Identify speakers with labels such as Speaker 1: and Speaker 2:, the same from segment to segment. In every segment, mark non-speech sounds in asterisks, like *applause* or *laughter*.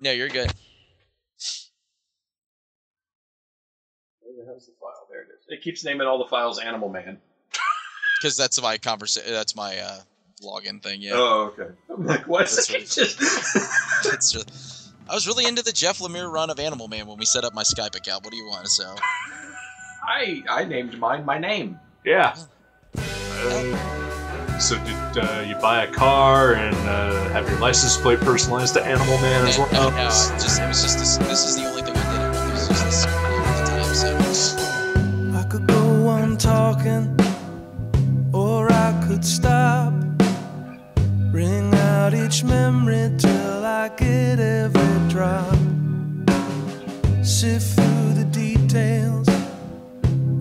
Speaker 1: No, you're good.
Speaker 2: Where the hell's the file? There it is. It keeps naming all the files Animal Man.
Speaker 1: Because that's my conversation. That's my uh, login thing. Yeah.
Speaker 2: Oh, okay. I'm like, *laughs* what?
Speaker 1: That's what it *laughs*
Speaker 2: Just-
Speaker 1: That's re- I was really into the Jeff Lemire run of Animal Man when we set up my Skype account. What do you want? So
Speaker 2: I I named mine my name.
Speaker 3: Yeah. Uh, so did uh, you buy a car and uh, have your license plate personalized to Animal Man as
Speaker 1: no, *laughs*
Speaker 3: well? Oh,
Speaker 1: no, no, it's uh, just it was just this. This is the only thing I did. It was just this at the time. So
Speaker 4: I could go on talking, or I could stop. Ring out each memory till I get every drop. Sift through the details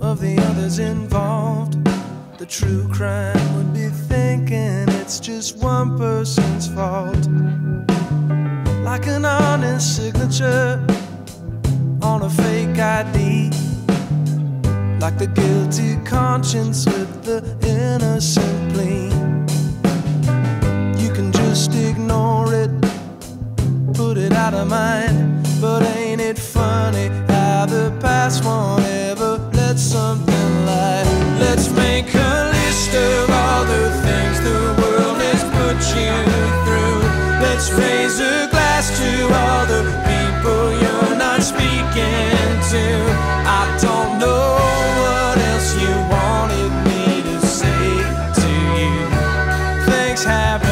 Speaker 4: of the others involved. The true crime would be thinking it's just one person's fault. Like an honest signature on a fake ID like the guilty conscience with the innocent plea. You can just ignore it, put it out of mind. But ain't it funny how the past won't ever let something lie? Let's make a list of all the things the world has put you through. Let's raise a glass to all the people you're not speaking to. I don't know what else you wanted me to say to you. Things happen,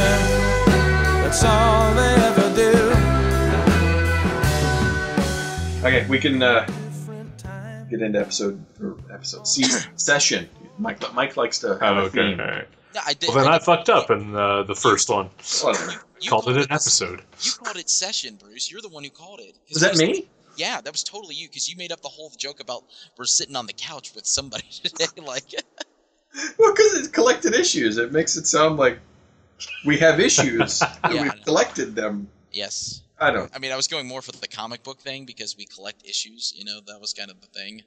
Speaker 4: that's all they ever do.
Speaker 2: Okay, we can uh,
Speaker 4: Different time.
Speaker 2: get into episode or episode se- *laughs* session. Mike Mike likes to have
Speaker 3: Oh,
Speaker 2: a
Speaker 3: okay.
Speaker 2: theme.
Speaker 3: All right.
Speaker 1: no, I did.
Speaker 3: Well, then I
Speaker 1: did-
Speaker 3: fucked up in uh, the first one.
Speaker 2: *laughs* Whatever.
Speaker 1: You
Speaker 3: Called it an
Speaker 1: s-
Speaker 3: episode.
Speaker 1: You called it session, Bruce. You're the one who called it. 'Cause
Speaker 2: Was
Speaker 1: it
Speaker 2: that me?
Speaker 1: Yeah, that was totally you because you made up the whole joke about we're sitting on the couch with somebody *laughs* today. Like,
Speaker 2: Well, because it's collected issues. It makes it sound like we have *laughs* issues. and
Speaker 1: Yeah.
Speaker 2: We've collected them.
Speaker 1: yes.
Speaker 2: I don't.
Speaker 1: I mean, I was going more for the comic book thing because we collect issues. You know, that was kind of the thing.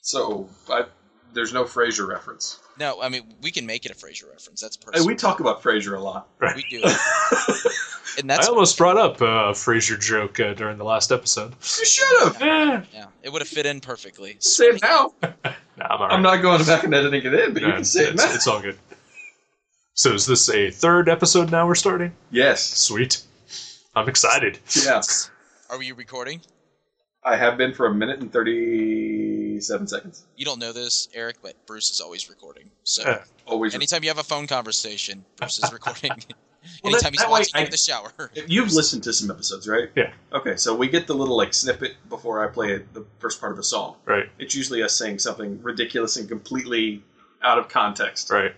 Speaker 2: So I, there's no Frasier reference.
Speaker 1: No, I mean we can make it a Frasier reference. That's
Speaker 2: Hey,
Speaker 1: perfect.
Speaker 2: we talk about Frasier a lot.
Speaker 1: we do,
Speaker 2: *laughs*
Speaker 1: and that's
Speaker 3: I almost brought up uh, a Frasier joke uh, during the last episode.
Speaker 2: You should have.
Speaker 3: Eh,
Speaker 1: yeah. It would have fit in perfectly.
Speaker 2: Say it now.
Speaker 3: nah, I'm, all right.
Speaker 2: I'm not going back and editing it in, but you
Speaker 3: Nah,
Speaker 2: can say it
Speaker 3: it's,
Speaker 2: now.
Speaker 3: it's all good. So is this a third episode now we're starting?
Speaker 2: Yes.
Speaker 3: Sweet. I'm excited.
Speaker 2: Yeah.
Speaker 1: Are you recording?
Speaker 2: I have been for a minute and 37 seconds.
Speaker 1: You don't know this, Eric, but Bruce is always recording. So
Speaker 3: Yeah.
Speaker 2: Always.
Speaker 1: anytime you have a phone conversation, Bruce is recording.
Speaker 2: *laughs*
Speaker 1: *laughs*
Speaker 2: Well, that-
Speaker 1: anytime he's
Speaker 2: that way
Speaker 1: watching you
Speaker 2: I-
Speaker 1: in the shower. *laughs*
Speaker 2: You've listened to some episodes, right?
Speaker 3: Yeah.
Speaker 2: Okay, so we get the little like snippet before I play the first part of a song.
Speaker 3: Right,
Speaker 2: It's usually us saying something ridiculous and completely out of context.
Speaker 3: right.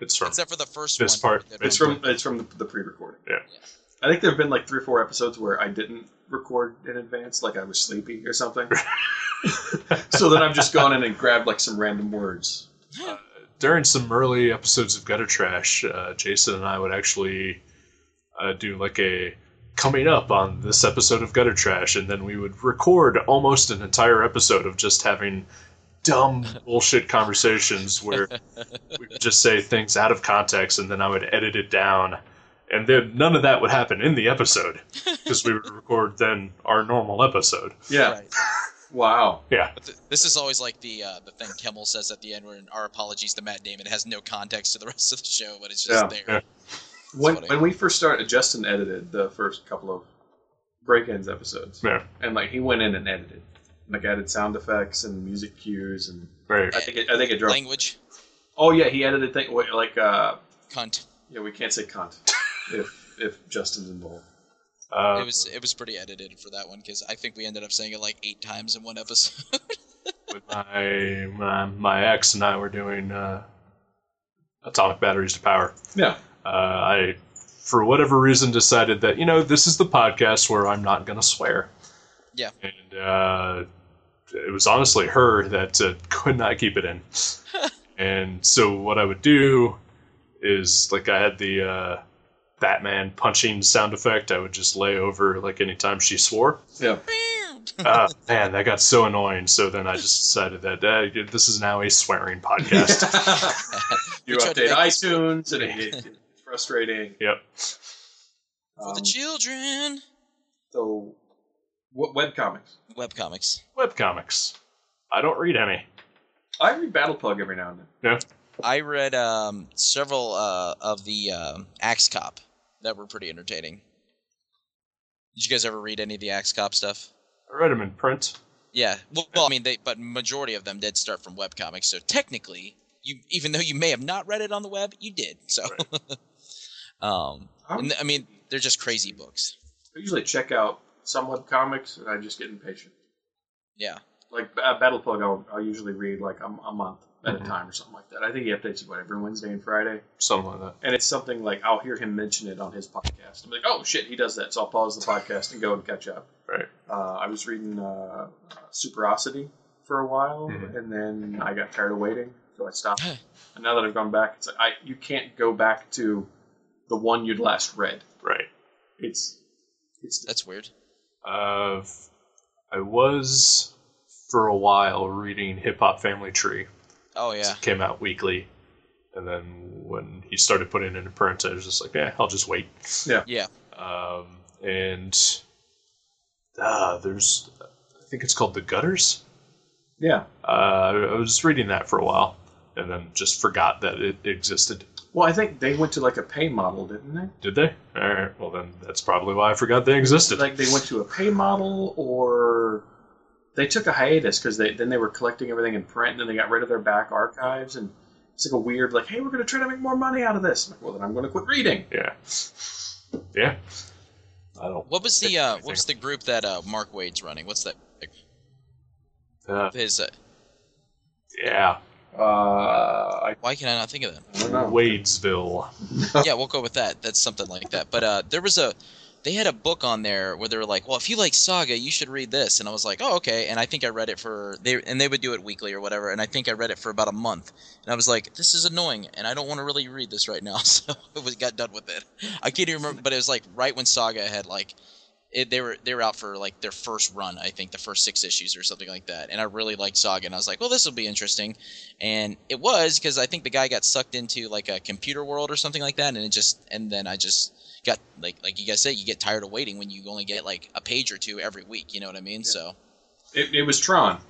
Speaker 3: It's from
Speaker 1: Except for the first
Speaker 3: This
Speaker 1: one.
Speaker 3: part.
Speaker 1: That
Speaker 2: It's
Speaker 1: one-
Speaker 2: from it's from the, the pre-recording.
Speaker 3: Yeah.
Speaker 1: Yeah.
Speaker 2: I think there have been like three or four episodes where I didn't record in advance, like I was sleepy
Speaker 3: *laughs*
Speaker 2: or something. so then I've just gone in and grabbed like some random words.
Speaker 3: during some early episodes of Gutter Trash, uh, Jason and I would actually uh, do like a coming up on this episode of Gutter Trash, and then we would record almost an entire episode of just having dumb bullshit conversations where we would just say things out of context, and then I would edit it down. And then none of that would happen in the episode because we would record then our normal episode.
Speaker 2: Yeah.
Speaker 1: Right.
Speaker 2: Wow.
Speaker 3: Yeah,
Speaker 1: But th- this is always like the uh, the thing Kimmel says at the end, where our apologies to Matt Damon. It has no context to the rest of the show, but it's just
Speaker 2: Yeah,
Speaker 1: there.
Speaker 3: yeah.
Speaker 2: When
Speaker 1: funny.
Speaker 2: when we first started, Justin edited the first couple of break-ins episodes,
Speaker 3: yeah,
Speaker 2: and like he went in and edited, like added sound effects and music cues, and
Speaker 3: right.
Speaker 2: I think it, I think it drove.
Speaker 1: Language,
Speaker 2: Oh yeah, he edited thing wait, like uh
Speaker 1: cunt.
Speaker 2: yeah we can't say cunt *laughs* if if Justin's involved.
Speaker 3: Uh,
Speaker 1: it was it was pretty edited for that one because I think we ended up saying it like eight times in one episode. *laughs*
Speaker 3: with my, my my ex and I were doing uh, atomic batteries to power.
Speaker 2: Yeah.
Speaker 3: Uh, I, for whatever reason, decided that you know this is the podcast where I'm not going to swear.
Speaker 1: Yeah.
Speaker 3: And uh, it was honestly her that uh, could not keep it in. and so what I would do is like I had the uh, Batman punching sound effect. I would just lay over like anytime she swore.
Speaker 2: *laughs* Yeah.
Speaker 3: Ah, man, that got so annoying. So then I just decided that uh, this is now a
Speaker 1: *laughs*
Speaker 3: swearing
Speaker 2: *laughs*
Speaker 3: podcast.
Speaker 2: you
Speaker 1: We tried to
Speaker 2: update
Speaker 1: make-
Speaker 2: iTunes,
Speaker 1: *laughs*
Speaker 2: and it, it, it's frustrating.
Speaker 3: yep.
Speaker 1: for
Speaker 2: Um,
Speaker 1: the children.
Speaker 2: so What web comics?
Speaker 1: Webcomics.
Speaker 3: Webcomics. I don't read any.
Speaker 2: I read Battle Plug every now and then.
Speaker 1: I read um, several uh, of the um, Axe Cop that were pretty entertaining. Did you guys ever read any of the Axe Cop stuff?
Speaker 3: I read them in print.
Speaker 1: Yeah. Well, well, I mean, they, but majority of them did start from webcomics, so technically, you even though you may have not read it on the web, you did. So, *laughs* um, and, I mean, they're just crazy books.
Speaker 2: I usually check out some web comics, and I just get impatient.
Speaker 1: Yeah.
Speaker 2: Like uh, Battle Plug, I'll, I'll usually read like a, a month at
Speaker 1: Mm-hmm.
Speaker 3: Mhm.
Speaker 2: a time or something like that. I think he updates it what every Wednesday and Friday,
Speaker 3: Something like that.
Speaker 2: and it's something like I'll hear him mention it on his podcast. I'm like, oh shit, he does that, so I'll pause the podcast and go and catch up.
Speaker 3: Right.
Speaker 2: Uh, I was reading uh, Superosity for a while,
Speaker 3: Mhm.
Speaker 2: and then I got tired of waiting, so I stopped. and now that I've gone back, it's like I you can't go back to the one you'd last read.
Speaker 3: Right.
Speaker 2: It's it's
Speaker 1: That's weird.
Speaker 3: Uh, I was for a while reading Hip Hop Family Tree.
Speaker 1: Oh yeah.
Speaker 3: It came out weekly, and then when he started putting it in print, I was just like, yeah, I'll just wait.
Speaker 2: Yeah.
Speaker 1: Yeah.
Speaker 3: Um, and uh, there's, I think it's called The Gutters.
Speaker 2: yeah.
Speaker 3: Uh, I was reading that for a while, and then just forgot that it existed.
Speaker 2: Well, I think they went to like a pay model, didn't they?
Speaker 3: Did they? All right. Well, then that's probably why I forgot they existed.
Speaker 2: like they went to a pay model or they took a hiatus because they then they were collecting everything in print and then they got rid of their back archives and it's like a weird like hey we're going to try to make more money out of this I'm like, well then i'm going to quit reading
Speaker 3: yeah. Yeah. I don't.
Speaker 1: What was the uh, what was the group that uh, Mark Wade's running? What's that?
Speaker 3: Uh,
Speaker 1: His. Uh,
Speaker 3: yeah.
Speaker 2: uh i
Speaker 1: why can I not think of that?
Speaker 2: don't know
Speaker 3: Wadesville.
Speaker 1: yeah, we'll go with that. That's something like that. But uh, there was a, they had a book on there where they were like, well, if you like Saga, you should read this. And I was like, oh, okay. And I think I read it for they, and they would do it weekly or whatever. And I think I read it for about a month. And I was like, this is annoying, and I don't want to really read this right now. *laughs* So I was got done with it. I can't even remember, but it was like right when Saga had like. It, they were they were out for like their first run, I think, the first six issues or something like that. And I really liked Saga, and I was like, "Well, this will be interesting." and it was because I think the guy got sucked into like a computer world or something like that, and it just and then I just got like like you guys said, you get tired of waiting when you only get like a page or two every week. You know what I mean? So
Speaker 2: it, it was tron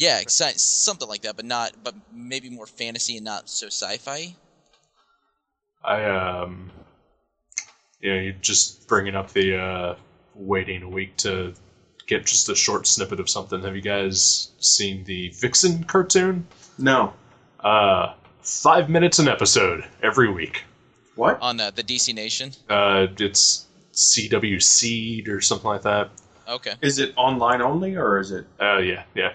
Speaker 1: yeah, exci- something like that, but not but maybe more fantasy and not so sci-fi.
Speaker 3: I um, you know, you just bringing up the uh, waiting a week to get just a short snippet of something. Have you guys seen the Vixen cartoon?
Speaker 2: no
Speaker 3: Uh, five minutes an episode every week.
Speaker 2: what
Speaker 1: on uh, the DC Nation.
Speaker 3: Uh, it's CW Seed or something like that.
Speaker 1: Okay,
Speaker 2: is it online only or is it
Speaker 3: Uh, yeah, yeah.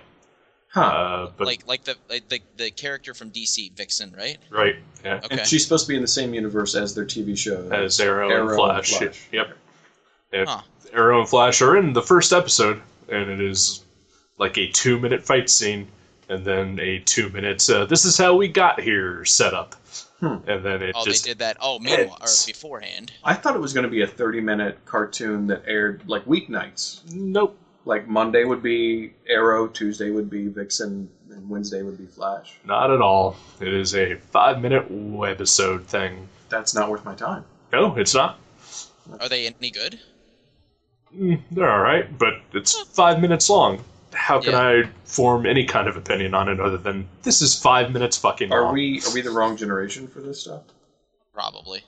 Speaker 2: huh
Speaker 3: Uh, but
Speaker 1: like like the like the the character from DC Vixen, right?
Speaker 3: right, yeah.
Speaker 1: Uh, Okay,
Speaker 2: and she's supposed to be in the same universe as their tv show
Speaker 3: As Arrow, and Flash. Yep. Yeah.
Speaker 1: Huh.
Speaker 3: Arrow and Flash are in the first episode, and it is like a two minute fight scene, and then a two minute, uh, this is how we got here setup.
Speaker 2: Hmm.
Speaker 3: And then it
Speaker 1: oh
Speaker 3: just.
Speaker 1: they did that. Oh, meanwhile or
Speaker 3: ends.
Speaker 1: beforehand.
Speaker 2: i thought it was going to be a 30 minute cartoon that aired like weeknights
Speaker 3: Nope.
Speaker 2: like Monday would be Arrow, Tuesday would be Vixen, and Wednesday would be Flash.
Speaker 3: Not at all. It is a five minute webisode thing.
Speaker 2: That's not worth my time.
Speaker 3: No, it's not.
Speaker 1: Are they any good?
Speaker 3: Mm, they're alright, but it's five minutes long. How can I form any kind of opinion on it other than this is five minutes fucking
Speaker 2: Are
Speaker 3: long?
Speaker 2: we are we the wrong generation for this stuff?
Speaker 1: Probably.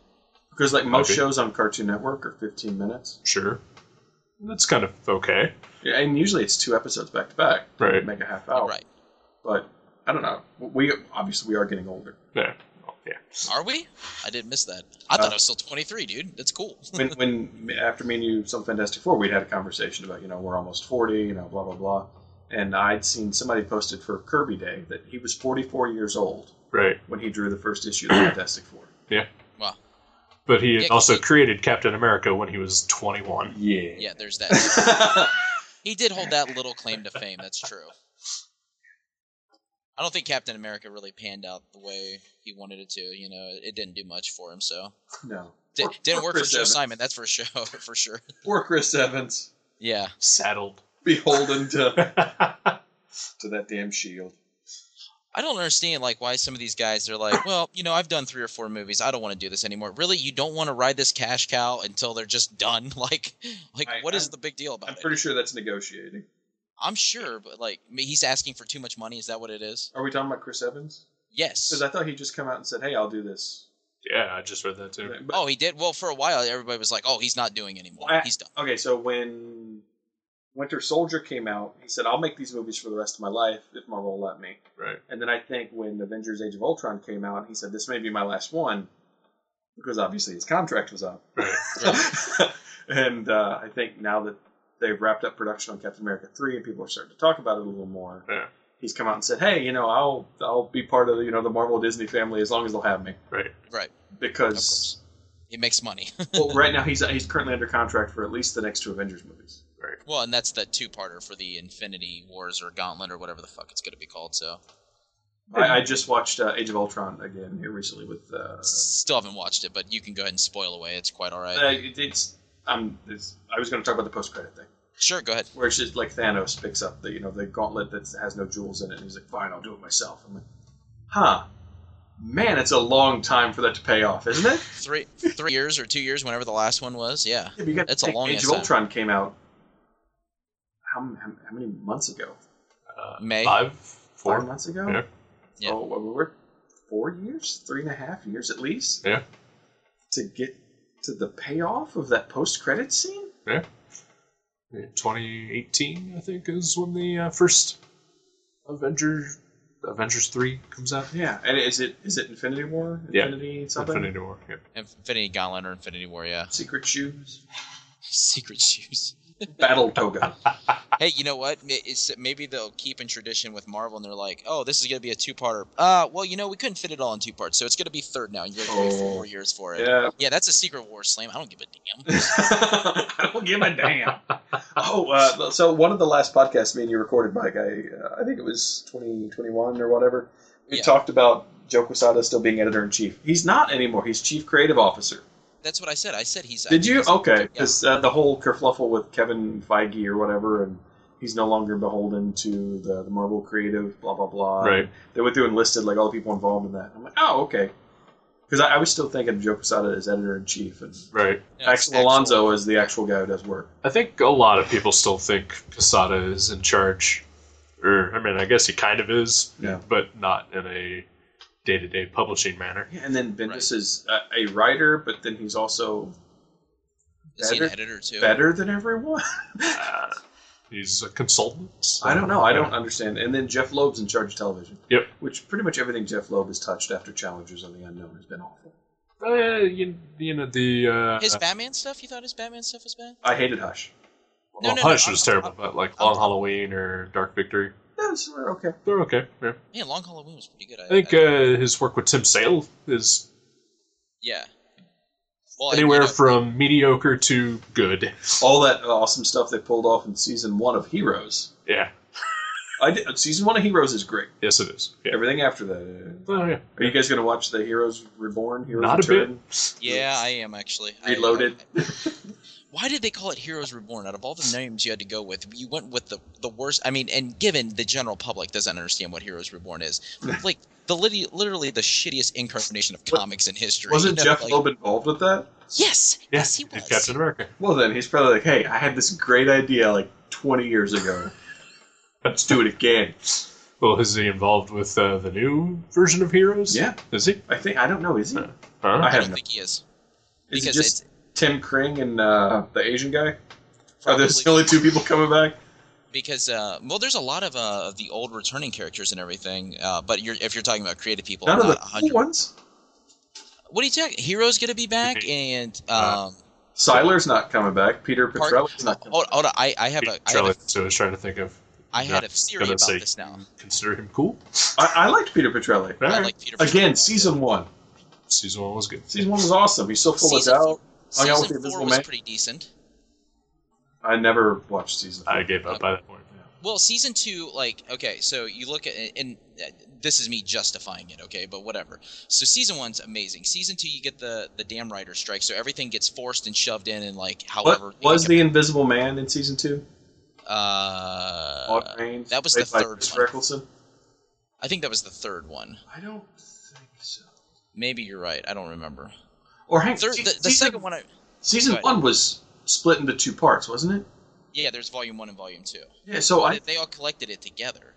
Speaker 2: Because like most
Speaker 3: Might be.
Speaker 2: shows on Cartoon Network are 15 minutes,
Speaker 3: Sure. That's kind of okay.
Speaker 2: yeah, and usually it's two episodes back to back,
Speaker 3: Right.
Speaker 2: make a half
Speaker 3: Oh.
Speaker 2: hour.
Speaker 1: Right.
Speaker 2: But I don't know. We obviously we are getting older.
Speaker 3: Yeah. Yeah.
Speaker 1: Are we? I did miss that. I
Speaker 3: Uh,
Speaker 1: thought I was still 23, dude. That's cool.
Speaker 2: When when after me and you some Fantastic Four, we'd had a conversation about you know we're almost 40, you know blah blah blah, and I'd seen somebody posted for Kirby Day that he was 44 years old
Speaker 3: Right.
Speaker 2: when he drew the first issue
Speaker 3: *clears throat*
Speaker 2: of Fantastic Four.
Speaker 1: Wow.
Speaker 3: But he
Speaker 1: Yeah,
Speaker 3: had
Speaker 1: 'cause
Speaker 3: also
Speaker 1: he-
Speaker 3: created Captain America when he was 21.
Speaker 1: Yeah, there's that. he did hold that little claim to fame. That's true. I don't think Captain America really panned out the way he wanted it to. You know, it didn't do much for him. So
Speaker 2: no.
Speaker 1: Di-
Speaker 2: Or-
Speaker 1: didn't
Speaker 2: or
Speaker 1: work for
Speaker 2: Chris
Speaker 1: Joe
Speaker 2: Evans.
Speaker 1: Simon. That's for sure. *laughs* for sure.
Speaker 2: Poor Chris Evans,
Speaker 1: Yeah.
Speaker 3: Saddled. *laughs*
Speaker 2: beholden to to that damn shield.
Speaker 1: I don't understand like why some of these guys are like, well, you know, I've done three or four movies. I don't want to do this anymore. Really, you don't want to ride this cash cow until they're just done. *laughs* Like, like
Speaker 2: I-
Speaker 1: what is
Speaker 2: I'm-
Speaker 1: the big deal about
Speaker 2: I'm
Speaker 1: it?
Speaker 2: pretty sure that's negotiating.
Speaker 1: I'm sure, but like I mean, he's asking for too much money. Is that what it is?
Speaker 2: Are we talking about Chris Evans?
Speaker 1: Yes.
Speaker 2: Because I thought he just come out and said, "Hey, I'll do this."
Speaker 3: Yeah, I just read that too.
Speaker 2: But-
Speaker 1: oh, he did. Well, for a while, everybody was like, "Oh, he's not doing anymore.
Speaker 2: I-
Speaker 1: he's done."
Speaker 2: okay, so when Winter Soldier came out, he said, "I'll make these movies for the rest of my life if Marvel will let me."
Speaker 3: Right.
Speaker 2: And then I think when Avengers: Age of Ultron came out, he said, "This may be my last one," because obviously his contract was up.
Speaker 3: Right.
Speaker 2: *laughs* and uh, I think now that they've wrapped up production on Captain America three, and people are starting to talk about it a little more,
Speaker 3: Yeah.
Speaker 2: he's come out and said, "Hey, you know, I'll I'll be part of the, you know the Marvel Disney family as long as they'll have me."
Speaker 3: Right.
Speaker 1: Right. Of
Speaker 2: Because
Speaker 1: course. He makes money. *laughs*
Speaker 2: well, right now he's he's currently under contract for at least the next two Avengers movies.
Speaker 1: well, and that's the two-parter for the Infinity Wars or Gauntlet or whatever the fuck it's going to be called. So
Speaker 2: I, I just watched uh, Age of Ultron again here recently with. Uh,
Speaker 1: still haven't watched it, but you can go ahead and spoil away. It's quite all right.
Speaker 2: uh, it, it's um, it's I was going to talk about the post credit thing
Speaker 1: sure, go ahead.
Speaker 2: where it's just like Thanos picks up the you know the gauntlet that has no jewels in it and he's like, fine, I'll do it myself. I'm like, huh, man, it's a long time for that to pay off, isn't it?
Speaker 1: Three, three years or two years, whenever the last one was. Yeah.
Speaker 2: *laughs* Yeah, but you got
Speaker 1: That's a
Speaker 2: Age-
Speaker 1: long
Speaker 2: Age
Speaker 1: ass
Speaker 2: of
Speaker 1: time.
Speaker 2: Ultron came out. How, how, how many months ago?
Speaker 3: Uh,
Speaker 1: May.
Speaker 3: Five,
Speaker 2: Four
Speaker 3: four.
Speaker 2: months ago.
Speaker 3: Yeah.
Speaker 1: Yeah.
Speaker 2: So what, we were four years, three and a half years at least.
Speaker 3: Yeah.
Speaker 2: To get to the payoff of that post-credit scene.
Speaker 3: Yeah. 2018, I think, is when the uh, first Avengers Avengers three comes out.
Speaker 2: Yeah, and is it is it Infinity War?
Speaker 3: Yeah.
Speaker 2: Infinity something.
Speaker 3: Infinity War. Yeah.
Speaker 1: Infinity Gauntlet or Infinity War, yeah. *laughs*
Speaker 2: Secret shoes.
Speaker 1: Secret shoes. *laughs*
Speaker 2: Battle toga.
Speaker 1: Hey, you know what? May- it's- Maybe they'll keep in tradition with Marvel, and they're like, "Oh, this is gonna be a two-parter." Uh, well, you know, we couldn't fit it all in two parts, so it's gonna be third now. and You're gonna wait for
Speaker 2: Oh.
Speaker 1: four years for it.
Speaker 2: yeah.
Speaker 1: Yeah, that's a Secret War slam. I don't give a
Speaker 2: *laughs*
Speaker 1: damn.
Speaker 2: I don't give
Speaker 3: *laughs*
Speaker 2: a
Speaker 3: Um,
Speaker 2: damn. Oh, uh, so one of the last podcasts me and you recorded, Mike, I, uh, I think it was 2021 or whatever, we
Speaker 1: Yeah.
Speaker 2: talked about Joe Quesada still being editor in chief. He's not anymore. He's chief creative officer.
Speaker 1: That's what I said. I said he's. uh,
Speaker 2: Did you?
Speaker 1: he's-
Speaker 2: Okay.
Speaker 1: Yeah.
Speaker 2: 'Cause, uh, the whole kerfluffle with Kevin Feige or whatever, and he's no longer beholden to the, the Marvel creative, blah, blah, blah.
Speaker 3: Right.
Speaker 2: They went through and listed like all the people involved in that. I'm like, oh, okay. Because I, I was still thinking of Joe Quesada as editor in chief and
Speaker 3: Right.
Speaker 1: No,
Speaker 2: Axel
Speaker 1: Axel.
Speaker 2: Alonso is the actual guy who does work.
Speaker 3: I think a lot of people still think Casada is in charge, or I mean, I guess he kind of is,
Speaker 2: Yeah.
Speaker 3: but not in a day-to-day
Speaker 1: *laughs*
Speaker 3: publishing manner.
Speaker 2: Yeah, and then Bendis
Speaker 1: Right.
Speaker 2: is a, a writer, but then he's also
Speaker 1: Is he an
Speaker 2: better-
Speaker 1: editor too?
Speaker 2: better than everyone.
Speaker 3: Uh, he's a consultant. so-
Speaker 2: I don't know. I don't understand. And then Jeff Loeb's in charge of television.
Speaker 3: Yep.
Speaker 2: Which pretty much everything Jeff Loeb has touched after Challengers on the Unknown has been awful.
Speaker 3: Uh, you, you know the uh,
Speaker 1: His Batman stuff? You thought his Batman stuff was bad?
Speaker 2: I hated Hush.
Speaker 3: well,
Speaker 1: No, no, no,
Speaker 3: Hush
Speaker 1: I'm-
Speaker 3: was
Speaker 1: I'm-
Speaker 3: terrible, but like
Speaker 1: I'm-
Speaker 3: Long Halloween or Dark Victory,
Speaker 2: Those were uh, okay.
Speaker 3: they're okay. Yeah.
Speaker 1: Yeah, Long Halloween was pretty good. I,
Speaker 3: I think uh, his work with Tim Sale is
Speaker 1: yeah. Well, and, you
Speaker 3: anywhere
Speaker 1: know,
Speaker 3: from mediocre to good.
Speaker 2: All that awesome stuff they pulled off in season one of Heroes.
Speaker 3: Yeah,
Speaker 2: I did, season one of Heroes is great.
Speaker 3: yes, it is. Yeah.
Speaker 2: Everything after that. uh,
Speaker 3: Oh, yeah.
Speaker 2: Are you guys going to watch the Heroes Reborn? Heroes
Speaker 3: Not a
Speaker 2: Return?
Speaker 3: bit.
Speaker 1: Yeah, I am actually. I-
Speaker 2: Reloaded.
Speaker 1: why did they call it Heroes Reborn? Out of all the names you had to go with, you went with the the worst. I mean, and given the general public doesn't understand what Heroes Reborn
Speaker 2: *laughs*
Speaker 1: is, like the lit- literally the shittiest incarnation of comics in history.
Speaker 2: Wasn't
Speaker 1: you know,
Speaker 2: Jeff
Speaker 1: like-
Speaker 2: Loeb involved with that?
Speaker 1: Yes, yes,
Speaker 3: Yes,
Speaker 1: he
Speaker 3: he's
Speaker 1: was.
Speaker 3: Captain America.
Speaker 2: Well, then he's probably like, "Hey, I had this great idea like 20 years *laughs* ago. Let's do it again."
Speaker 3: Well, is he involved with uh, the new version of Heroes?
Speaker 2: Yeah.
Speaker 3: Is he?
Speaker 2: I think I don't know. Is he?
Speaker 3: Huh.
Speaker 2: I
Speaker 1: I
Speaker 2: have
Speaker 1: don't
Speaker 2: no.
Speaker 1: think he is
Speaker 2: Is it
Speaker 1: because
Speaker 2: just
Speaker 1: it's
Speaker 2: Tim Kring and uh, the Asian guy? Are
Speaker 1: probably
Speaker 2: those the only two people coming back?
Speaker 1: because uh, well, there's a lot of uh, of the old returning characters and everything. Uh, but you're if you're talking about creative people,
Speaker 2: None of
Speaker 1: not
Speaker 2: the
Speaker 1: a
Speaker 2: cool
Speaker 1: hundred.
Speaker 2: ones.
Speaker 1: What are you talking? Heroes gonna be back
Speaker 3: Mhm.
Speaker 1: and.
Speaker 3: Uh,
Speaker 1: Um,
Speaker 2: Siler's not coming back. Peter
Speaker 1: Park-
Speaker 2: Petrelli's not coming.
Speaker 1: Hold, hold on, I, I have a I had
Speaker 3: Charlie,
Speaker 1: a,
Speaker 3: so I was trying to think of.
Speaker 1: I had a
Speaker 3: Not
Speaker 1: theory
Speaker 3: gonna
Speaker 1: about
Speaker 3: say-
Speaker 1: this now.
Speaker 3: Consider him cool.
Speaker 2: back. I, I liked Peter Petrelli.
Speaker 1: I
Speaker 3: Alright.
Speaker 1: like Peter
Speaker 2: Again,
Speaker 1: Petrelli.
Speaker 2: season one.
Speaker 3: Season one was good.
Speaker 2: Season one was awesome. He's so full
Speaker 1: Season
Speaker 2: of doubt.
Speaker 1: four-
Speaker 2: Hung out with the
Speaker 1: season four
Speaker 2: Invisible
Speaker 1: was
Speaker 2: Man.
Speaker 1: pretty decent.
Speaker 2: I never watched season.
Speaker 3: I gave up by that point.
Speaker 1: Well, season two, like, okay, so you look at, and uh, this is me justifying it, okay, but whatever. So season one's amazing. Season two, you get the the damn writer strike, so everything gets forced and shoved in, and like, however,
Speaker 2: What was
Speaker 1: they
Speaker 2: the Invisible Man in season two?
Speaker 1: uh,
Speaker 2: Claude Rains,
Speaker 1: that was
Speaker 2: played
Speaker 1: the
Speaker 2: by
Speaker 1: third
Speaker 2: Chris
Speaker 1: one.
Speaker 2: Reckleston.
Speaker 1: uh, I think that was the third one.
Speaker 2: I don't think so.
Speaker 1: Maybe you're right. I don't remember.
Speaker 2: Or hang
Speaker 1: Third,
Speaker 2: se-
Speaker 1: the, the
Speaker 2: season-
Speaker 1: second one. I,
Speaker 2: Season
Speaker 1: Go ahead.
Speaker 2: one was split into two parts, wasn't it?
Speaker 1: yeah, there's volume one and volume two.
Speaker 2: Yeah. So I
Speaker 1: They- they all collected it together.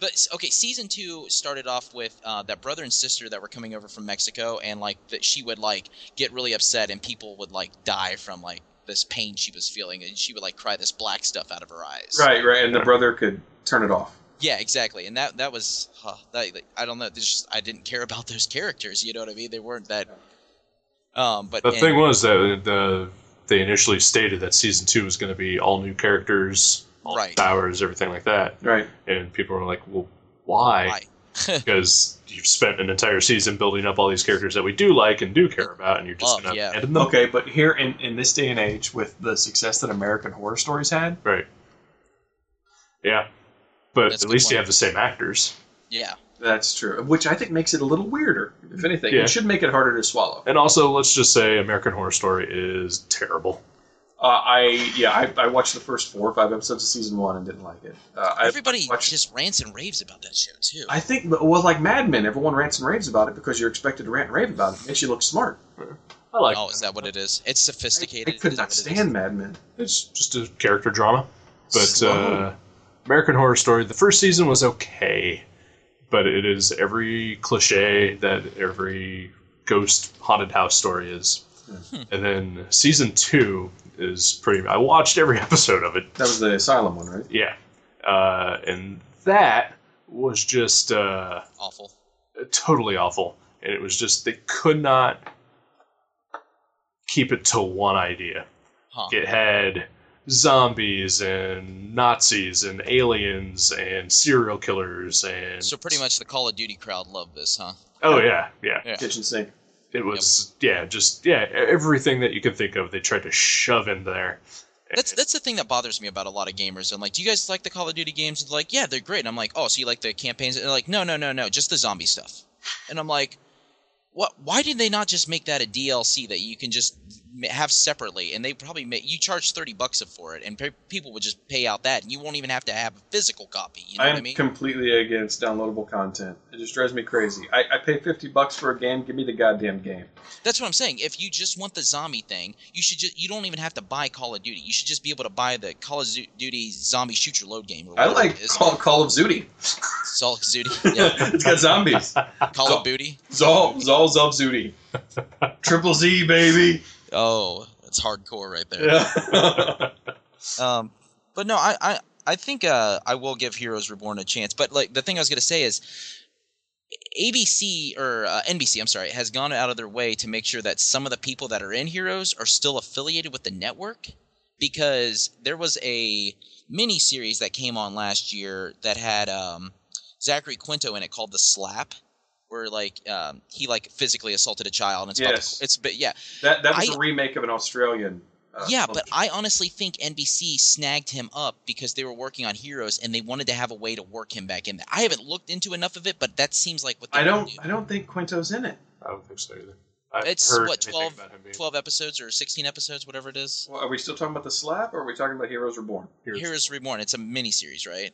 Speaker 1: But s- okay, season two started off with uh, that brother and sister that were coming over from Mexico, and like that she would like get really upset, and people would like die from like this pain she was feeling, and she would like cry this black stuff out of her eyes.
Speaker 2: right, right, and the brother could turn it off.
Speaker 1: Yeah, exactly. And that that was huh, that, like, I don't know. There's just, I didn't care about those characters. You know what I mean? They weren't that. Um, but
Speaker 3: The
Speaker 1: and-
Speaker 3: thing was that the they initially stated that season two was going to be all new characters, all new
Speaker 1: Right.
Speaker 3: powers, everything like that,
Speaker 2: Right.
Speaker 3: and people were like, "Well, why?"
Speaker 1: Why? *laughs*
Speaker 3: Because you've spent an entire season building up all these characters that we do like and do care about, and you're just
Speaker 1: Love,
Speaker 3: going to
Speaker 1: yeah.
Speaker 3: abandon them.
Speaker 2: Okay, but here in, in this day and age, with the success that American Horror Stories had,
Speaker 3: Right. Yeah, but
Speaker 1: That's a
Speaker 3: at
Speaker 1: good
Speaker 3: least you
Speaker 1: point.
Speaker 3: have the same actors.
Speaker 1: yeah,
Speaker 2: that's true. Which I think makes it a little weirder, if anything.
Speaker 3: Yeah.
Speaker 2: It should make it harder to swallow.
Speaker 3: And also, let's just say American Horror Story is terrible.
Speaker 2: Uh, I yeah, I, I watched the first four or five episodes of season one and didn't like it. Uh, I,
Speaker 1: everybody
Speaker 2: I watched-
Speaker 1: just rants and raves about that show too.
Speaker 2: I think well, like Mad Men, everyone rants and raves about it because you're expected to rant and rave about it. It makes you look smart.
Speaker 3: I like
Speaker 1: oh, is that what it is? It's
Speaker 2: I,
Speaker 1: sophisticated.
Speaker 2: I could
Speaker 1: is that
Speaker 2: not
Speaker 1: what it is?
Speaker 2: stand Mad Men.
Speaker 3: It's just a character drama. But
Speaker 2: Slow.
Speaker 3: uh, American Horror Story, the first season was okay, but it is every cliche that every ghost haunted house story is.
Speaker 1: Hmm.
Speaker 3: And then season two is pretty. I watched every *laughs* episode of it.
Speaker 2: That was the Asylum one, right?
Speaker 3: Yeah, uh, and that was just uh,
Speaker 1: Awful.
Speaker 3: totally awful. And it was just they could not keep it to one idea
Speaker 1: Huh.
Speaker 3: it had zombies and Nazis and aliens and serial killers and
Speaker 1: So pretty much the Call of Duty crowd loved this, huh?
Speaker 3: oh yeah yeah
Speaker 1: Yeah.
Speaker 2: Kitchen sink.
Speaker 3: it was yeah just yeah everything that you could think of they tried to shove in there *laughs*
Speaker 1: That's that's the thing that bothers me about a lot of gamers. I'm like, do you guys like the Call of Duty games? And they're like, yeah, they're great. And I'm like, oh, so you like the campaigns? And they're like, no, no, no, no, just the zombie stuff. And I'm like, what? Why did they not just make that a DLC that you can just m- have separately? And they probably make you charge thirty bucks for it, and pe- people would just pay out that, and you won't even have to have a physical copy. You know
Speaker 2: I
Speaker 1: what
Speaker 2: am
Speaker 1: I mean?
Speaker 2: completely against downloadable content. It just drives me crazy. I, I pay fifty bucks for a game. Give me the goddamn game.
Speaker 1: That's what I'm saying. If you just want the zombie thing, you should just you don't even have to buy Call of Duty. You should just be able to buy the Call of Zu- Duty zombie shoot your load game. Or
Speaker 2: I
Speaker 1: whatever it
Speaker 2: like
Speaker 1: is.
Speaker 2: Call, Call of Duty. *laughs*
Speaker 1: Call of Duty. Yeah,
Speaker 2: it's got zombies.
Speaker 1: Call of Duty.
Speaker 2: Zol Zol Zub Zooty. Triple Z baby.
Speaker 1: Oh, that's hardcore right there.
Speaker 2: Yeah.
Speaker 1: Um, but no, I, I, I think uh, I will give Heroes Reborn a chance. But like the thing I was gonna say is, ABC or uh, NBC, I'm sorry, has gone out of their way to make sure that some of the people that are in Heroes are still affiliated with the network, because there was a mini series that came on last year that had um, Zachary Quinto in it called The Slap. Where like um, he like physically assaulted a child and it's about
Speaker 2: Yes.
Speaker 1: to, it's but yeah
Speaker 2: that that was
Speaker 1: I-
Speaker 2: a remake of an Australian. Uh,
Speaker 1: yeah, but
Speaker 2: publisher.
Speaker 1: I honestly think NBC snagged him up because they were working on Heroes and they wanted to have a way to work him back in there. I haven't looked into enough of it, but that seems like what they
Speaker 2: I
Speaker 1: would
Speaker 2: don't
Speaker 1: do.
Speaker 2: I don't think Quinto's in it.
Speaker 3: I don't think so either I've
Speaker 1: It's
Speaker 3: heard
Speaker 1: what
Speaker 3: anything
Speaker 1: 12,
Speaker 3: about him being
Speaker 1: 12 episodes or sixteen episodes, whatever it is.
Speaker 2: Well, are we still talking about the slap, or are we talking about Heroes Reborn?
Speaker 3: here.
Speaker 1: Heroes Reborn. It's a miniseries, right?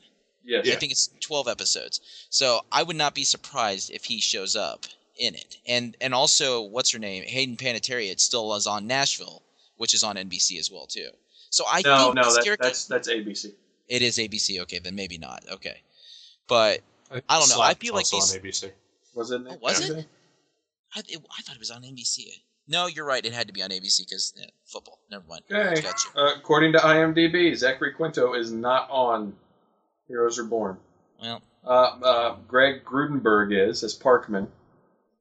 Speaker 2: Yes.
Speaker 1: I think it's twelve episodes. So I would not be surprised if he shows up in it. And and also, what's her name? Hayden Panettiere. It still is on Nashville, which is on NBC as well too. So I
Speaker 2: No,
Speaker 1: think
Speaker 2: no,
Speaker 1: this
Speaker 2: that,
Speaker 1: character-
Speaker 2: that's that's ABC.
Speaker 1: it is ABC. Okay, then maybe not. Okay, but
Speaker 3: think
Speaker 1: I don't know. I
Speaker 3: Slap
Speaker 1: feel
Speaker 3: is
Speaker 1: like
Speaker 3: also
Speaker 1: these-
Speaker 3: on ABC
Speaker 2: Was it? in
Speaker 1: Oh,
Speaker 2: there?
Speaker 1: was it? I, it, I thought it was on NBC. No, you're right. It had to be on ABC because football. Never mind.
Speaker 2: Okay.
Speaker 1: Gotcha.
Speaker 2: Uh, according to IMDb, Zachary Quinto is not on Heroes Reborn.
Speaker 1: Well,
Speaker 2: Uh, uh, Greg Grudenberg is as Parkman.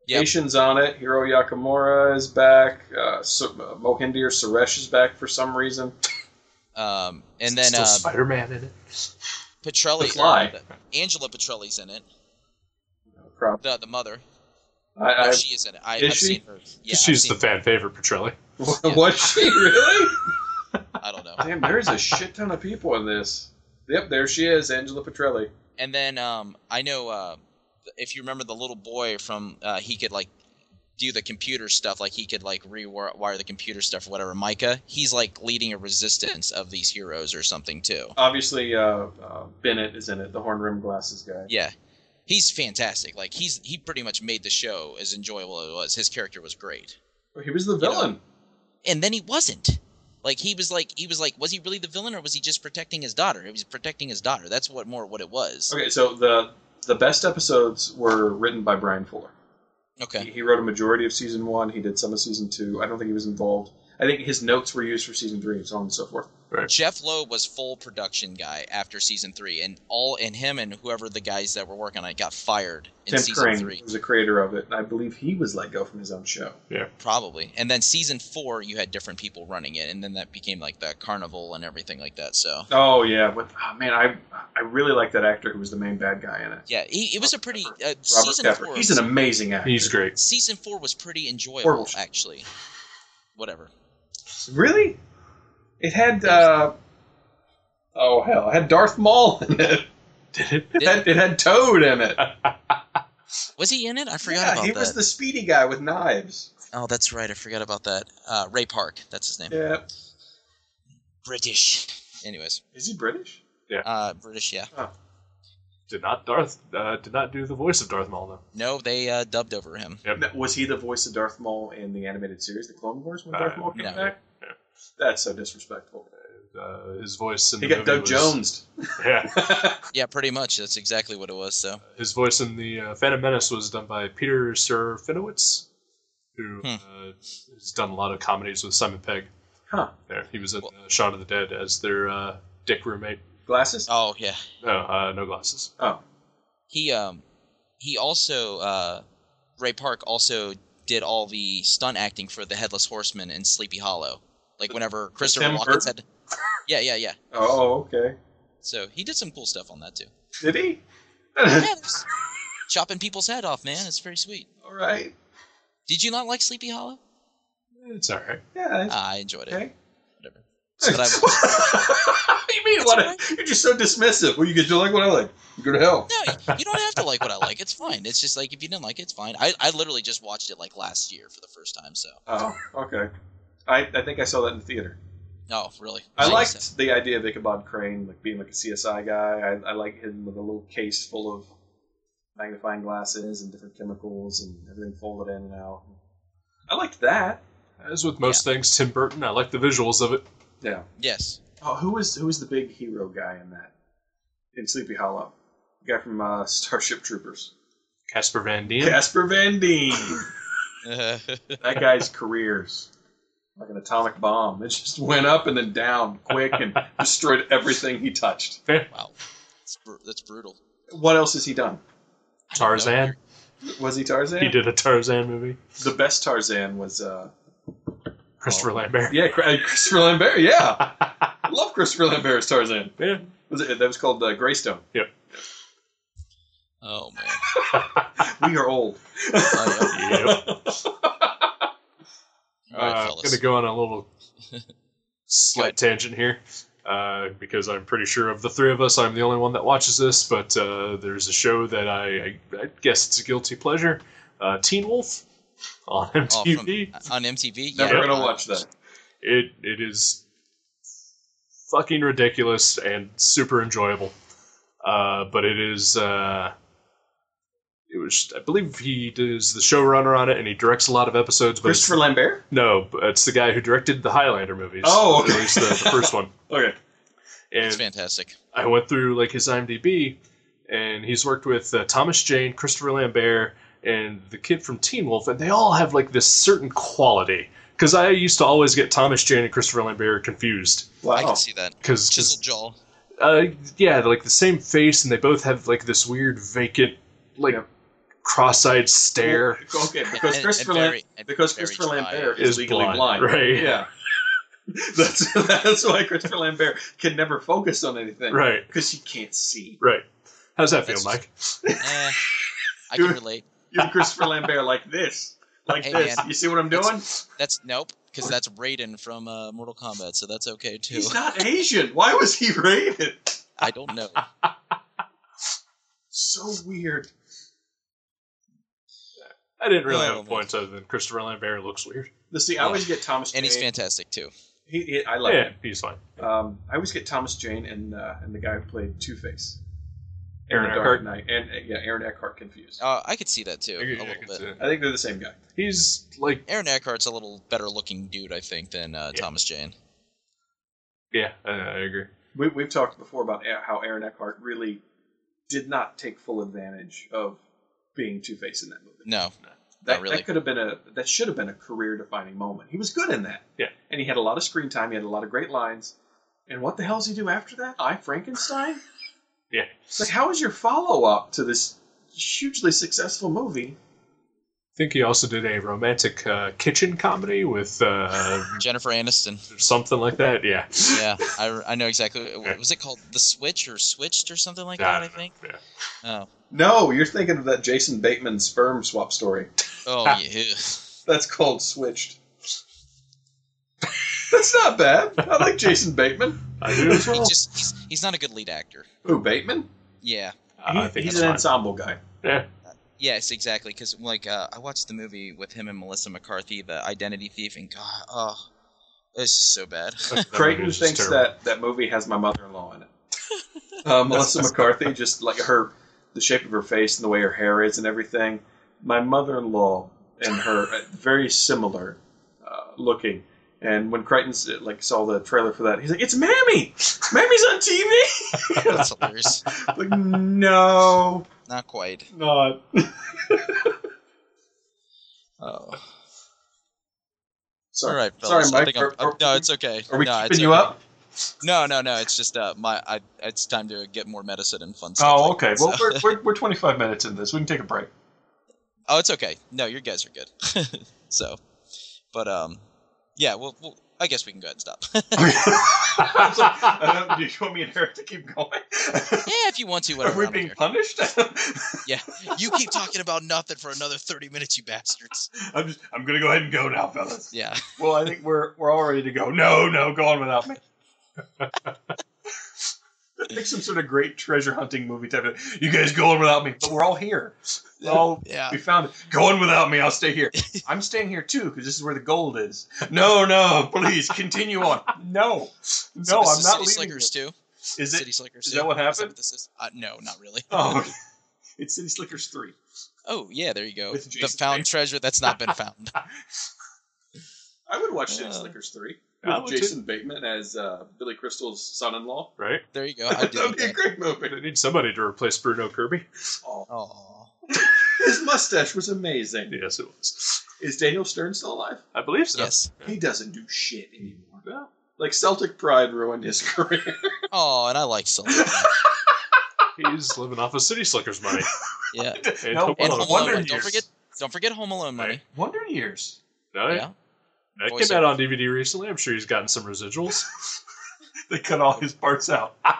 Speaker 1: Yep.
Speaker 2: Haitian's on it. Hiro Yakamura is back. Uh, Su- uh, Mohinder Suresh is back for some reason.
Speaker 1: um, and then
Speaker 3: still
Speaker 1: uh,
Speaker 3: Spider Man in it
Speaker 1: Petrelli,
Speaker 2: The Fly.
Speaker 1: uh, Angela Petrelli's in it.
Speaker 2: Crap.
Speaker 1: The the mother.
Speaker 2: I,
Speaker 1: No,
Speaker 2: I,
Speaker 1: she is in it. I,
Speaker 2: Uh, is
Speaker 1: I've
Speaker 2: she?
Speaker 1: seen her. Yeah, I've
Speaker 3: she's
Speaker 1: seen
Speaker 3: the fan favorite Petrelli
Speaker 2: *laughs* was she really?
Speaker 1: her. I don't know.
Speaker 2: Damn, there's a shit ton of people in this. Yep, there she is, Angela Petrelli.
Speaker 1: And then um, I know uh, if you remember the little boy from uh, he could like do the computer stuff like he could like rewire the computer stuff or whatever micah he's like leading a resistance of these heroes or something too
Speaker 2: Obviously, uh, uh, Bennett is in it, the horn rim glasses guy.
Speaker 1: yeah he's fantastic like he's he pretty much made the show as enjoyable as it was his character was great
Speaker 2: He was the villain.
Speaker 1: and then he wasn't like he was like he was like was he really the villain or was he just protecting his daughter he was protecting his daughter that's what more what it was
Speaker 2: Okay, so the the best episodes were written by Brian Fuller.
Speaker 1: okay
Speaker 2: He, he wrote a majority of season one. He did some of season two. I don't think he was involved. I think his notes were used for season three and so on and so forth.
Speaker 1: Jeff Lowe was full production guy after season three, and all and him and whoever the guys that were working on it got fired in
Speaker 2: Tim
Speaker 1: season
Speaker 2: Crane
Speaker 1: three,
Speaker 2: was the creator of it, and I believe he was let go from his own show.
Speaker 1: probably. And then season four, you had different people running it, and then that became like the carnival and everything like that. So
Speaker 2: Oh yeah, but oh, man, I I really like that actor who was the main bad guy in it.
Speaker 1: yeah, he, it was a pretty uh,
Speaker 2: Robert
Speaker 1: season
Speaker 2: Stafford.
Speaker 1: four.
Speaker 2: He's an amazing actor.
Speaker 3: He's great.
Speaker 1: season four was pretty enjoyable
Speaker 2: Horrible show.
Speaker 1: actually. Whatever.
Speaker 2: really. It had uh, oh hell, it had Darth Maul in it.
Speaker 3: *laughs* Did it?
Speaker 2: It had, it had Toad in it.
Speaker 1: Was he in it? I forgot
Speaker 2: Yeah,
Speaker 1: about
Speaker 2: he
Speaker 1: that.
Speaker 2: was the speedy guy with knives.
Speaker 1: Oh, that's right. I forgot about that. Uh, Ray Park. That's his name.
Speaker 2: Yeah.
Speaker 1: British. Anyways,
Speaker 2: Is he British?
Speaker 1: uh, British. Yeah.
Speaker 3: Did not Darth? Uh, did not do the voice of Darth Maul though.
Speaker 1: No, they uh, dubbed over him.
Speaker 2: No, was he the voice of Darth Maul in the animated series, The Clone Wars, when Darth
Speaker 3: Uh,
Speaker 2: Maul came
Speaker 1: no.
Speaker 2: back?
Speaker 3: Yeah.
Speaker 2: That's so disrespectful.
Speaker 3: Uh, his voice in
Speaker 2: He
Speaker 3: the
Speaker 2: got
Speaker 3: movie
Speaker 2: Doug
Speaker 3: was,
Speaker 2: Jones.
Speaker 3: *laughs* Yeah,
Speaker 1: Yeah, pretty much. That's exactly what it was. So
Speaker 3: his voice in the uh, Phantom Menace was done by Peter Serafinowicz, who
Speaker 1: Hmm.
Speaker 3: uh, has done a lot of comedies with Simon Pegg.
Speaker 2: Huh.
Speaker 3: There, he was in uh, Shaun of the Dead as their uh, dick roommate.
Speaker 2: Glasses?
Speaker 1: Oh yeah.
Speaker 3: No, uh, no glasses.
Speaker 2: Oh.
Speaker 1: He um he also uh Ray Park also did all the stunt acting for the Headless Horseman in Sleepy Hollow. Like whenever Christopher
Speaker 2: Tim
Speaker 1: Walken
Speaker 2: Burton? *laughs*
Speaker 1: said Yeah, yeah, yeah.
Speaker 2: Oh, okay.
Speaker 1: So he did some cool stuff on that too.
Speaker 2: Did he?
Speaker 1: Yeah, there's- chopping people's head off, man. It's very sweet.
Speaker 2: All right.
Speaker 1: Did you not like Sleepy Hollow?
Speaker 3: It's all right.
Speaker 2: Yeah. it's
Speaker 1: Ah, I enjoyed it.
Speaker 2: okay.
Speaker 1: Whatever. But
Speaker 2: *laughs*
Speaker 1: I-
Speaker 2: you mean what?
Speaker 1: all
Speaker 2: You're just so dismissive. Well, you guys don't like what I like. You go to hell.
Speaker 1: No, you- you don't have to like what I like. It's fine. It's just like if you didn't like it, it's fine. I, I literally just watched it like last year for the first time. So
Speaker 2: Oh, okay. I, I think I saw that in the theater.
Speaker 1: no, Oh, really.
Speaker 2: I
Speaker 1: Jeez.
Speaker 2: liked the idea of Ichabod Crane like being like a CSI guy. I, I like him with a little case full of magnifying glasses and different chemicals and everything folded in and out. I liked that.
Speaker 3: As with most things, Tim Burton, I like the visuals of it.
Speaker 2: Yeah.
Speaker 1: Yes. *laughs*
Speaker 2: Oh, who was who was the big hero guy in that? In Sleepy Hollow, the guy from uh, *laughs* Starship Troopers,
Speaker 3: Casper Van Dien.
Speaker 2: Casper Van Dien. that guy's careers like an atomic bomb. It just went up and then down quick and destroyed everything he touched.
Speaker 1: Wow, that's, br- that's brutal.
Speaker 2: What else has he done?
Speaker 1: I don't know.
Speaker 3: Tarzan.
Speaker 2: Was he Tarzan?
Speaker 3: He did a Tarzan movie.
Speaker 2: The best Tarzan was, uh,
Speaker 3: Christopher
Speaker 2: Oh.
Speaker 3: Lambert. *laughs*
Speaker 2: yeah, Cra- uh, Christopher Lambert. Yeah, I love Christopher Lambert's Tarzan.
Speaker 3: Yeah.
Speaker 2: Was it, that was called uh, Greystone.
Speaker 1: Oh man.
Speaker 2: We are old.
Speaker 1: Oh,
Speaker 3: Yep.
Speaker 1: yeah. All right,
Speaker 3: uh,
Speaker 1: fellas.
Speaker 3: going to go on
Speaker 1: *laughs*
Speaker 3: a little slight tangent here uh, because I'm pretty sure of the three of us, I'm the only one that watches this. But uh, there's a show that I, I, I guess it's a guilty pleasure, uh, Teen Wolf on *laughs*
Speaker 1: Oh,
Speaker 3: MTV.
Speaker 1: from- on MTV.
Speaker 2: Never
Speaker 1: yeah.
Speaker 2: gonna watch that.
Speaker 3: it it is fucking ridiculous and super enjoyable. Uh, but it is uh, it was I believe he is the showrunner on it and he directs a lot of episodes. But it's,
Speaker 2: Christopher Lambert.
Speaker 3: no, but it's the guy who directed the Highlander movies.
Speaker 2: Oh, okay.
Speaker 3: at least the, the first one.
Speaker 2: Okay.
Speaker 1: It's
Speaker 3: And
Speaker 1: fantastic.
Speaker 3: I went through like his IMDb, and he's worked with uh, Thomas Jane, Christopher Lambert, and the kid from Teen Wolf, and they all have like this certain quality. Because I used to always get Thomas Jane and Christopher Lambert confused.
Speaker 2: Wow.
Speaker 1: I can see that.
Speaker 3: Because
Speaker 1: Chisel jaw.
Speaker 3: uh, yeah, they're like the same face, and they both have like this weird vacant, like
Speaker 2: Yep.
Speaker 3: cross-eyed stare.
Speaker 2: Okay,
Speaker 1: *laughs*
Speaker 2: because
Speaker 1: and-
Speaker 2: Christopher
Speaker 1: and
Speaker 2: Lam-
Speaker 1: very- and
Speaker 2: because
Speaker 1: very
Speaker 2: Christopher
Speaker 1: dry.
Speaker 2: Lambert is,
Speaker 3: Is
Speaker 2: legally
Speaker 3: blind,
Speaker 2: blind,
Speaker 3: right.
Speaker 2: Yeah. *laughs* That's that's why Christopher Lambert can never focus on anything,
Speaker 3: Right,
Speaker 2: Because he can't see.
Speaker 3: right. How's that feel,
Speaker 1: That's-
Speaker 3: Mike?
Speaker 1: Eh, I can relate.
Speaker 2: You're Christopher Lambert like this, like
Speaker 1: Hey,
Speaker 2: this.
Speaker 1: man.
Speaker 2: You see what I'm doing?
Speaker 1: That's nope, because that's Raiden from uh, Mortal Kombat, so that's okay too.
Speaker 2: He's not Asian. Why was he *laughs* rated?
Speaker 1: I don't
Speaker 2: *laughs*
Speaker 1: know.
Speaker 2: So weird.
Speaker 3: I didn't really
Speaker 1: No,
Speaker 3: have a
Speaker 1: man.
Speaker 3: point other than Christopher Lambert looks weird.
Speaker 2: The, see, I always get Thomas.
Speaker 1: and he's
Speaker 2: Jane.
Speaker 1: fantastic too.
Speaker 2: He, he, I love
Speaker 3: Yeah,
Speaker 2: him.
Speaker 3: he's fine.
Speaker 2: Um, I always get Thomas Jane and uh, and the guy who played Two Face.
Speaker 3: Aaron Eckhart.
Speaker 2: Knight and uh, yeah, Aaron Eckhart confused.
Speaker 1: Uh, I could see that too
Speaker 3: I could-
Speaker 1: a
Speaker 3: I
Speaker 1: little
Speaker 3: could
Speaker 1: bit.
Speaker 3: see it.
Speaker 2: I think they're the same guy.
Speaker 3: He's like,
Speaker 1: Aaron Eckhart's a little better looking dude, I think, than uh,
Speaker 3: Yeah.
Speaker 1: Thomas Jane.
Speaker 3: yeah, I, I agree.
Speaker 2: We, we've talked before about A- how Aaron Eckhart really did not take full advantage of being Two Face in that movie.
Speaker 1: No,
Speaker 2: That,
Speaker 1: Not really.
Speaker 2: that could have been a that should have been a career defining moment. He was good in that.
Speaker 3: Yeah.
Speaker 2: And he had a lot of screen time, he had a lot of great lines. And what the hell does he do after that? I Frankenstein?
Speaker 3: Yeah.
Speaker 2: It's like how is your follow up to this hugely successful movie?
Speaker 3: I think he also did a romantic uh, kitchen comedy with uh, *laughs*
Speaker 1: Jennifer Aniston.
Speaker 3: something like that. Yeah.
Speaker 1: Yeah, I, I know exactly.
Speaker 3: Yeah.
Speaker 1: Was it called The Switch or Switched or something like
Speaker 3: I
Speaker 1: that? I
Speaker 3: don't know. *laughs*
Speaker 1: think.
Speaker 3: Yeah.
Speaker 1: Oh,
Speaker 2: No, you're thinking of that Jason Bateman sperm swap story. *laughs*
Speaker 1: oh yeah.
Speaker 2: That's called switched. *laughs* That's not bad. I like Jason Bateman.
Speaker 3: I do as
Speaker 1: He
Speaker 3: well.
Speaker 1: just he's, he's not a good lead actor.
Speaker 2: Who Bateman?
Speaker 1: Yeah.
Speaker 3: I
Speaker 2: He-
Speaker 3: think
Speaker 2: he's
Speaker 3: that's
Speaker 2: an
Speaker 3: fine.
Speaker 2: ensemble guy.
Speaker 3: Yeah.
Speaker 1: Yes, exactly. Because like uh, I watched the movie with him and Melissa McCarthy, The Identity Thief, and God, oh, it's so bad. *laughs*
Speaker 3: *laughs* That
Speaker 2: Creighton
Speaker 3: movie is just
Speaker 2: thinks
Speaker 3: terrible.
Speaker 2: that that movie has my mother-in-law in it.
Speaker 3: *laughs*
Speaker 2: Uh, Melissa McCarthy, just like her, the shape of her face and the way her hair is and everything. My mother-in-law and her uh, very similar uh, looking. And when Crichton's uh, like saw the trailer for that, he's like, "It's Mammy! Mammy's on TV!"
Speaker 1: That's hilarious.
Speaker 2: *laughs* like, no,
Speaker 1: Not quite.
Speaker 2: not.
Speaker 1: Oh.
Speaker 2: Sorry,
Speaker 1: All right,
Speaker 2: sorry,
Speaker 1: fellas. I
Speaker 2: Mike.
Speaker 1: think I'm-
Speaker 2: Are, are-
Speaker 1: I'm- no, it's okay.
Speaker 2: are we
Speaker 1: no, it's
Speaker 2: keeping you
Speaker 1: okay.
Speaker 2: up?
Speaker 1: No, no, no. It's just uh, my. I, it's time to get more medicine and fun stuff.
Speaker 2: Oh,
Speaker 1: like
Speaker 2: okay.
Speaker 1: that,
Speaker 2: Well,
Speaker 1: so-
Speaker 2: we're, we're, we're 25 minutes in this. We can take
Speaker 1: *laughs*
Speaker 2: a break. *laughs*
Speaker 1: oh, it's okay. No, your guys are good. *laughs* so, but um, yeah. Well, well, I guess we can go ahead and stop. *laughs* yeah,
Speaker 2: I was like, I don't- do you want me and Eric to keep going? *laughs*
Speaker 1: if you want to,
Speaker 2: Are
Speaker 1: whatever.
Speaker 2: we
Speaker 1: I don't
Speaker 2: being
Speaker 1: care.
Speaker 2: punished? *laughs*
Speaker 1: Yeah, you keep talking about nothing for another thirty minutes, you bastards.
Speaker 2: I'm just, I'm gonna go ahead and go now, fellas.
Speaker 1: Yeah.
Speaker 2: Well, I think we're we're all ready to go. No, no, go on without me. Make some sort of great treasure hunting movie type of. You guys go on without me, but we're all here. Oh,
Speaker 1: Yeah.
Speaker 2: we found it. Go on without me. I'll stay here. *laughs* I'm staying here too because this is where the gold is. No, no, please continue on. No, no,
Speaker 1: So this
Speaker 2: I'm
Speaker 1: is
Speaker 2: not
Speaker 1: City
Speaker 2: leaving. you.
Speaker 1: Slickers too.
Speaker 2: Is
Speaker 1: City
Speaker 2: it?
Speaker 1: Slickers
Speaker 2: is
Speaker 1: too.
Speaker 2: that what happened?
Speaker 1: this is? Uh, no, not really.
Speaker 2: Oh, okay. *laughs* it's City Slickers three.
Speaker 1: Oh yeah, there you go.
Speaker 2: With
Speaker 1: The
Speaker 2: Jason
Speaker 1: found
Speaker 2: Bateman.
Speaker 1: treasure that's not been
Speaker 2: *laughs*
Speaker 1: found.
Speaker 2: I would watch City
Speaker 1: Yeah.
Speaker 2: Slickers three
Speaker 3: I
Speaker 2: with
Speaker 3: would, too.
Speaker 2: Jason Bateman as uh, Billy Crystal's son-in-law.
Speaker 3: *laughs* Right?
Speaker 1: There you go. I
Speaker 2: *laughs* That
Speaker 1: did
Speaker 2: would
Speaker 1: like
Speaker 2: be a
Speaker 1: that.
Speaker 2: great
Speaker 3: They
Speaker 2: movie.
Speaker 3: need somebody to replace Bruno Kirby.
Speaker 2: Aw.
Speaker 1: Aw.
Speaker 2: His mustache was amazing.
Speaker 3: Yes, it was.
Speaker 2: Is Daniel Stern still alive?
Speaker 3: I believe so.
Speaker 1: Yes.
Speaker 2: He doesn't do shit anymore.
Speaker 3: Well,
Speaker 2: Like Celtic Pride ruined his *laughs* career.
Speaker 1: Oh, and I like Slick.
Speaker 3: he's living off of City Slickers money.
Speaker 1: *laughs* Yeah.
Speaker 3: And
Speaker 2: No,
Speaker 3: Home
Speaker 1: And
Speaker 2: Well,
Speaker 3: Alone.
Speaker 1: Home
Speaker 2: Wonder
Speaker 1: Alone. Don't
Speaker 2: Years.
Speaker 1: forget. Don't forget Home Alone money.
Speaker 2: Wonder Years. *laughs*
Speaker 3: No,
Speaker 1: Yeah.
Speaker 3: That
Speaker 1: Voice
Speaker 3: came out on DVD recently. I'm sure he's gotten some residuals.
Speaker 2: They cut all his parts out. *laughs*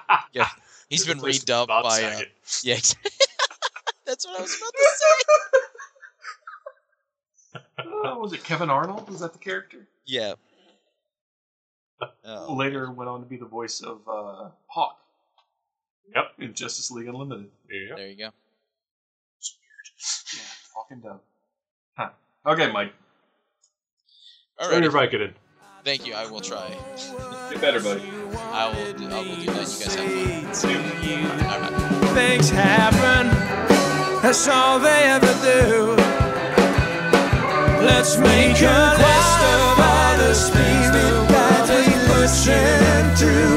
Speaker 1: He's been
Speaker 3: Replaced
Speaker 1: redubbed
Speaker 3: Bob
Speaker 1: by. Uh,
Speaker 3: Saget.
Speaker 1: *laughs* yeah. exactly. that's what I was about to say.
Speaker 2: Uh, was it Kevin Arnold? Was that the character?
Speaker 1: Yeah. Oh.
Speaker 2: Later went on to be the voice of uh, Hawk.
Speaker 3: Yep.
Speaker 2: In Justice League Unlimited.
Speaker 3: Yeah.
Speaker 1: There you go.
Speaker 2: Yeah, talking dumb. Huh. Okay, Mike.
Speaker 1: All
Speaker 3: Throw
Speaker 1: right.
Speaker 3: your bike in.
Speaker 1: Thank you. I will try.
Speaker 2: Get better, buddy.
Speaker 1: I will. Do, I will do that. You guys have fun. All right.
Speaker 4: Things happen, that's all they ever do. Let's make a list of all the things that we push into.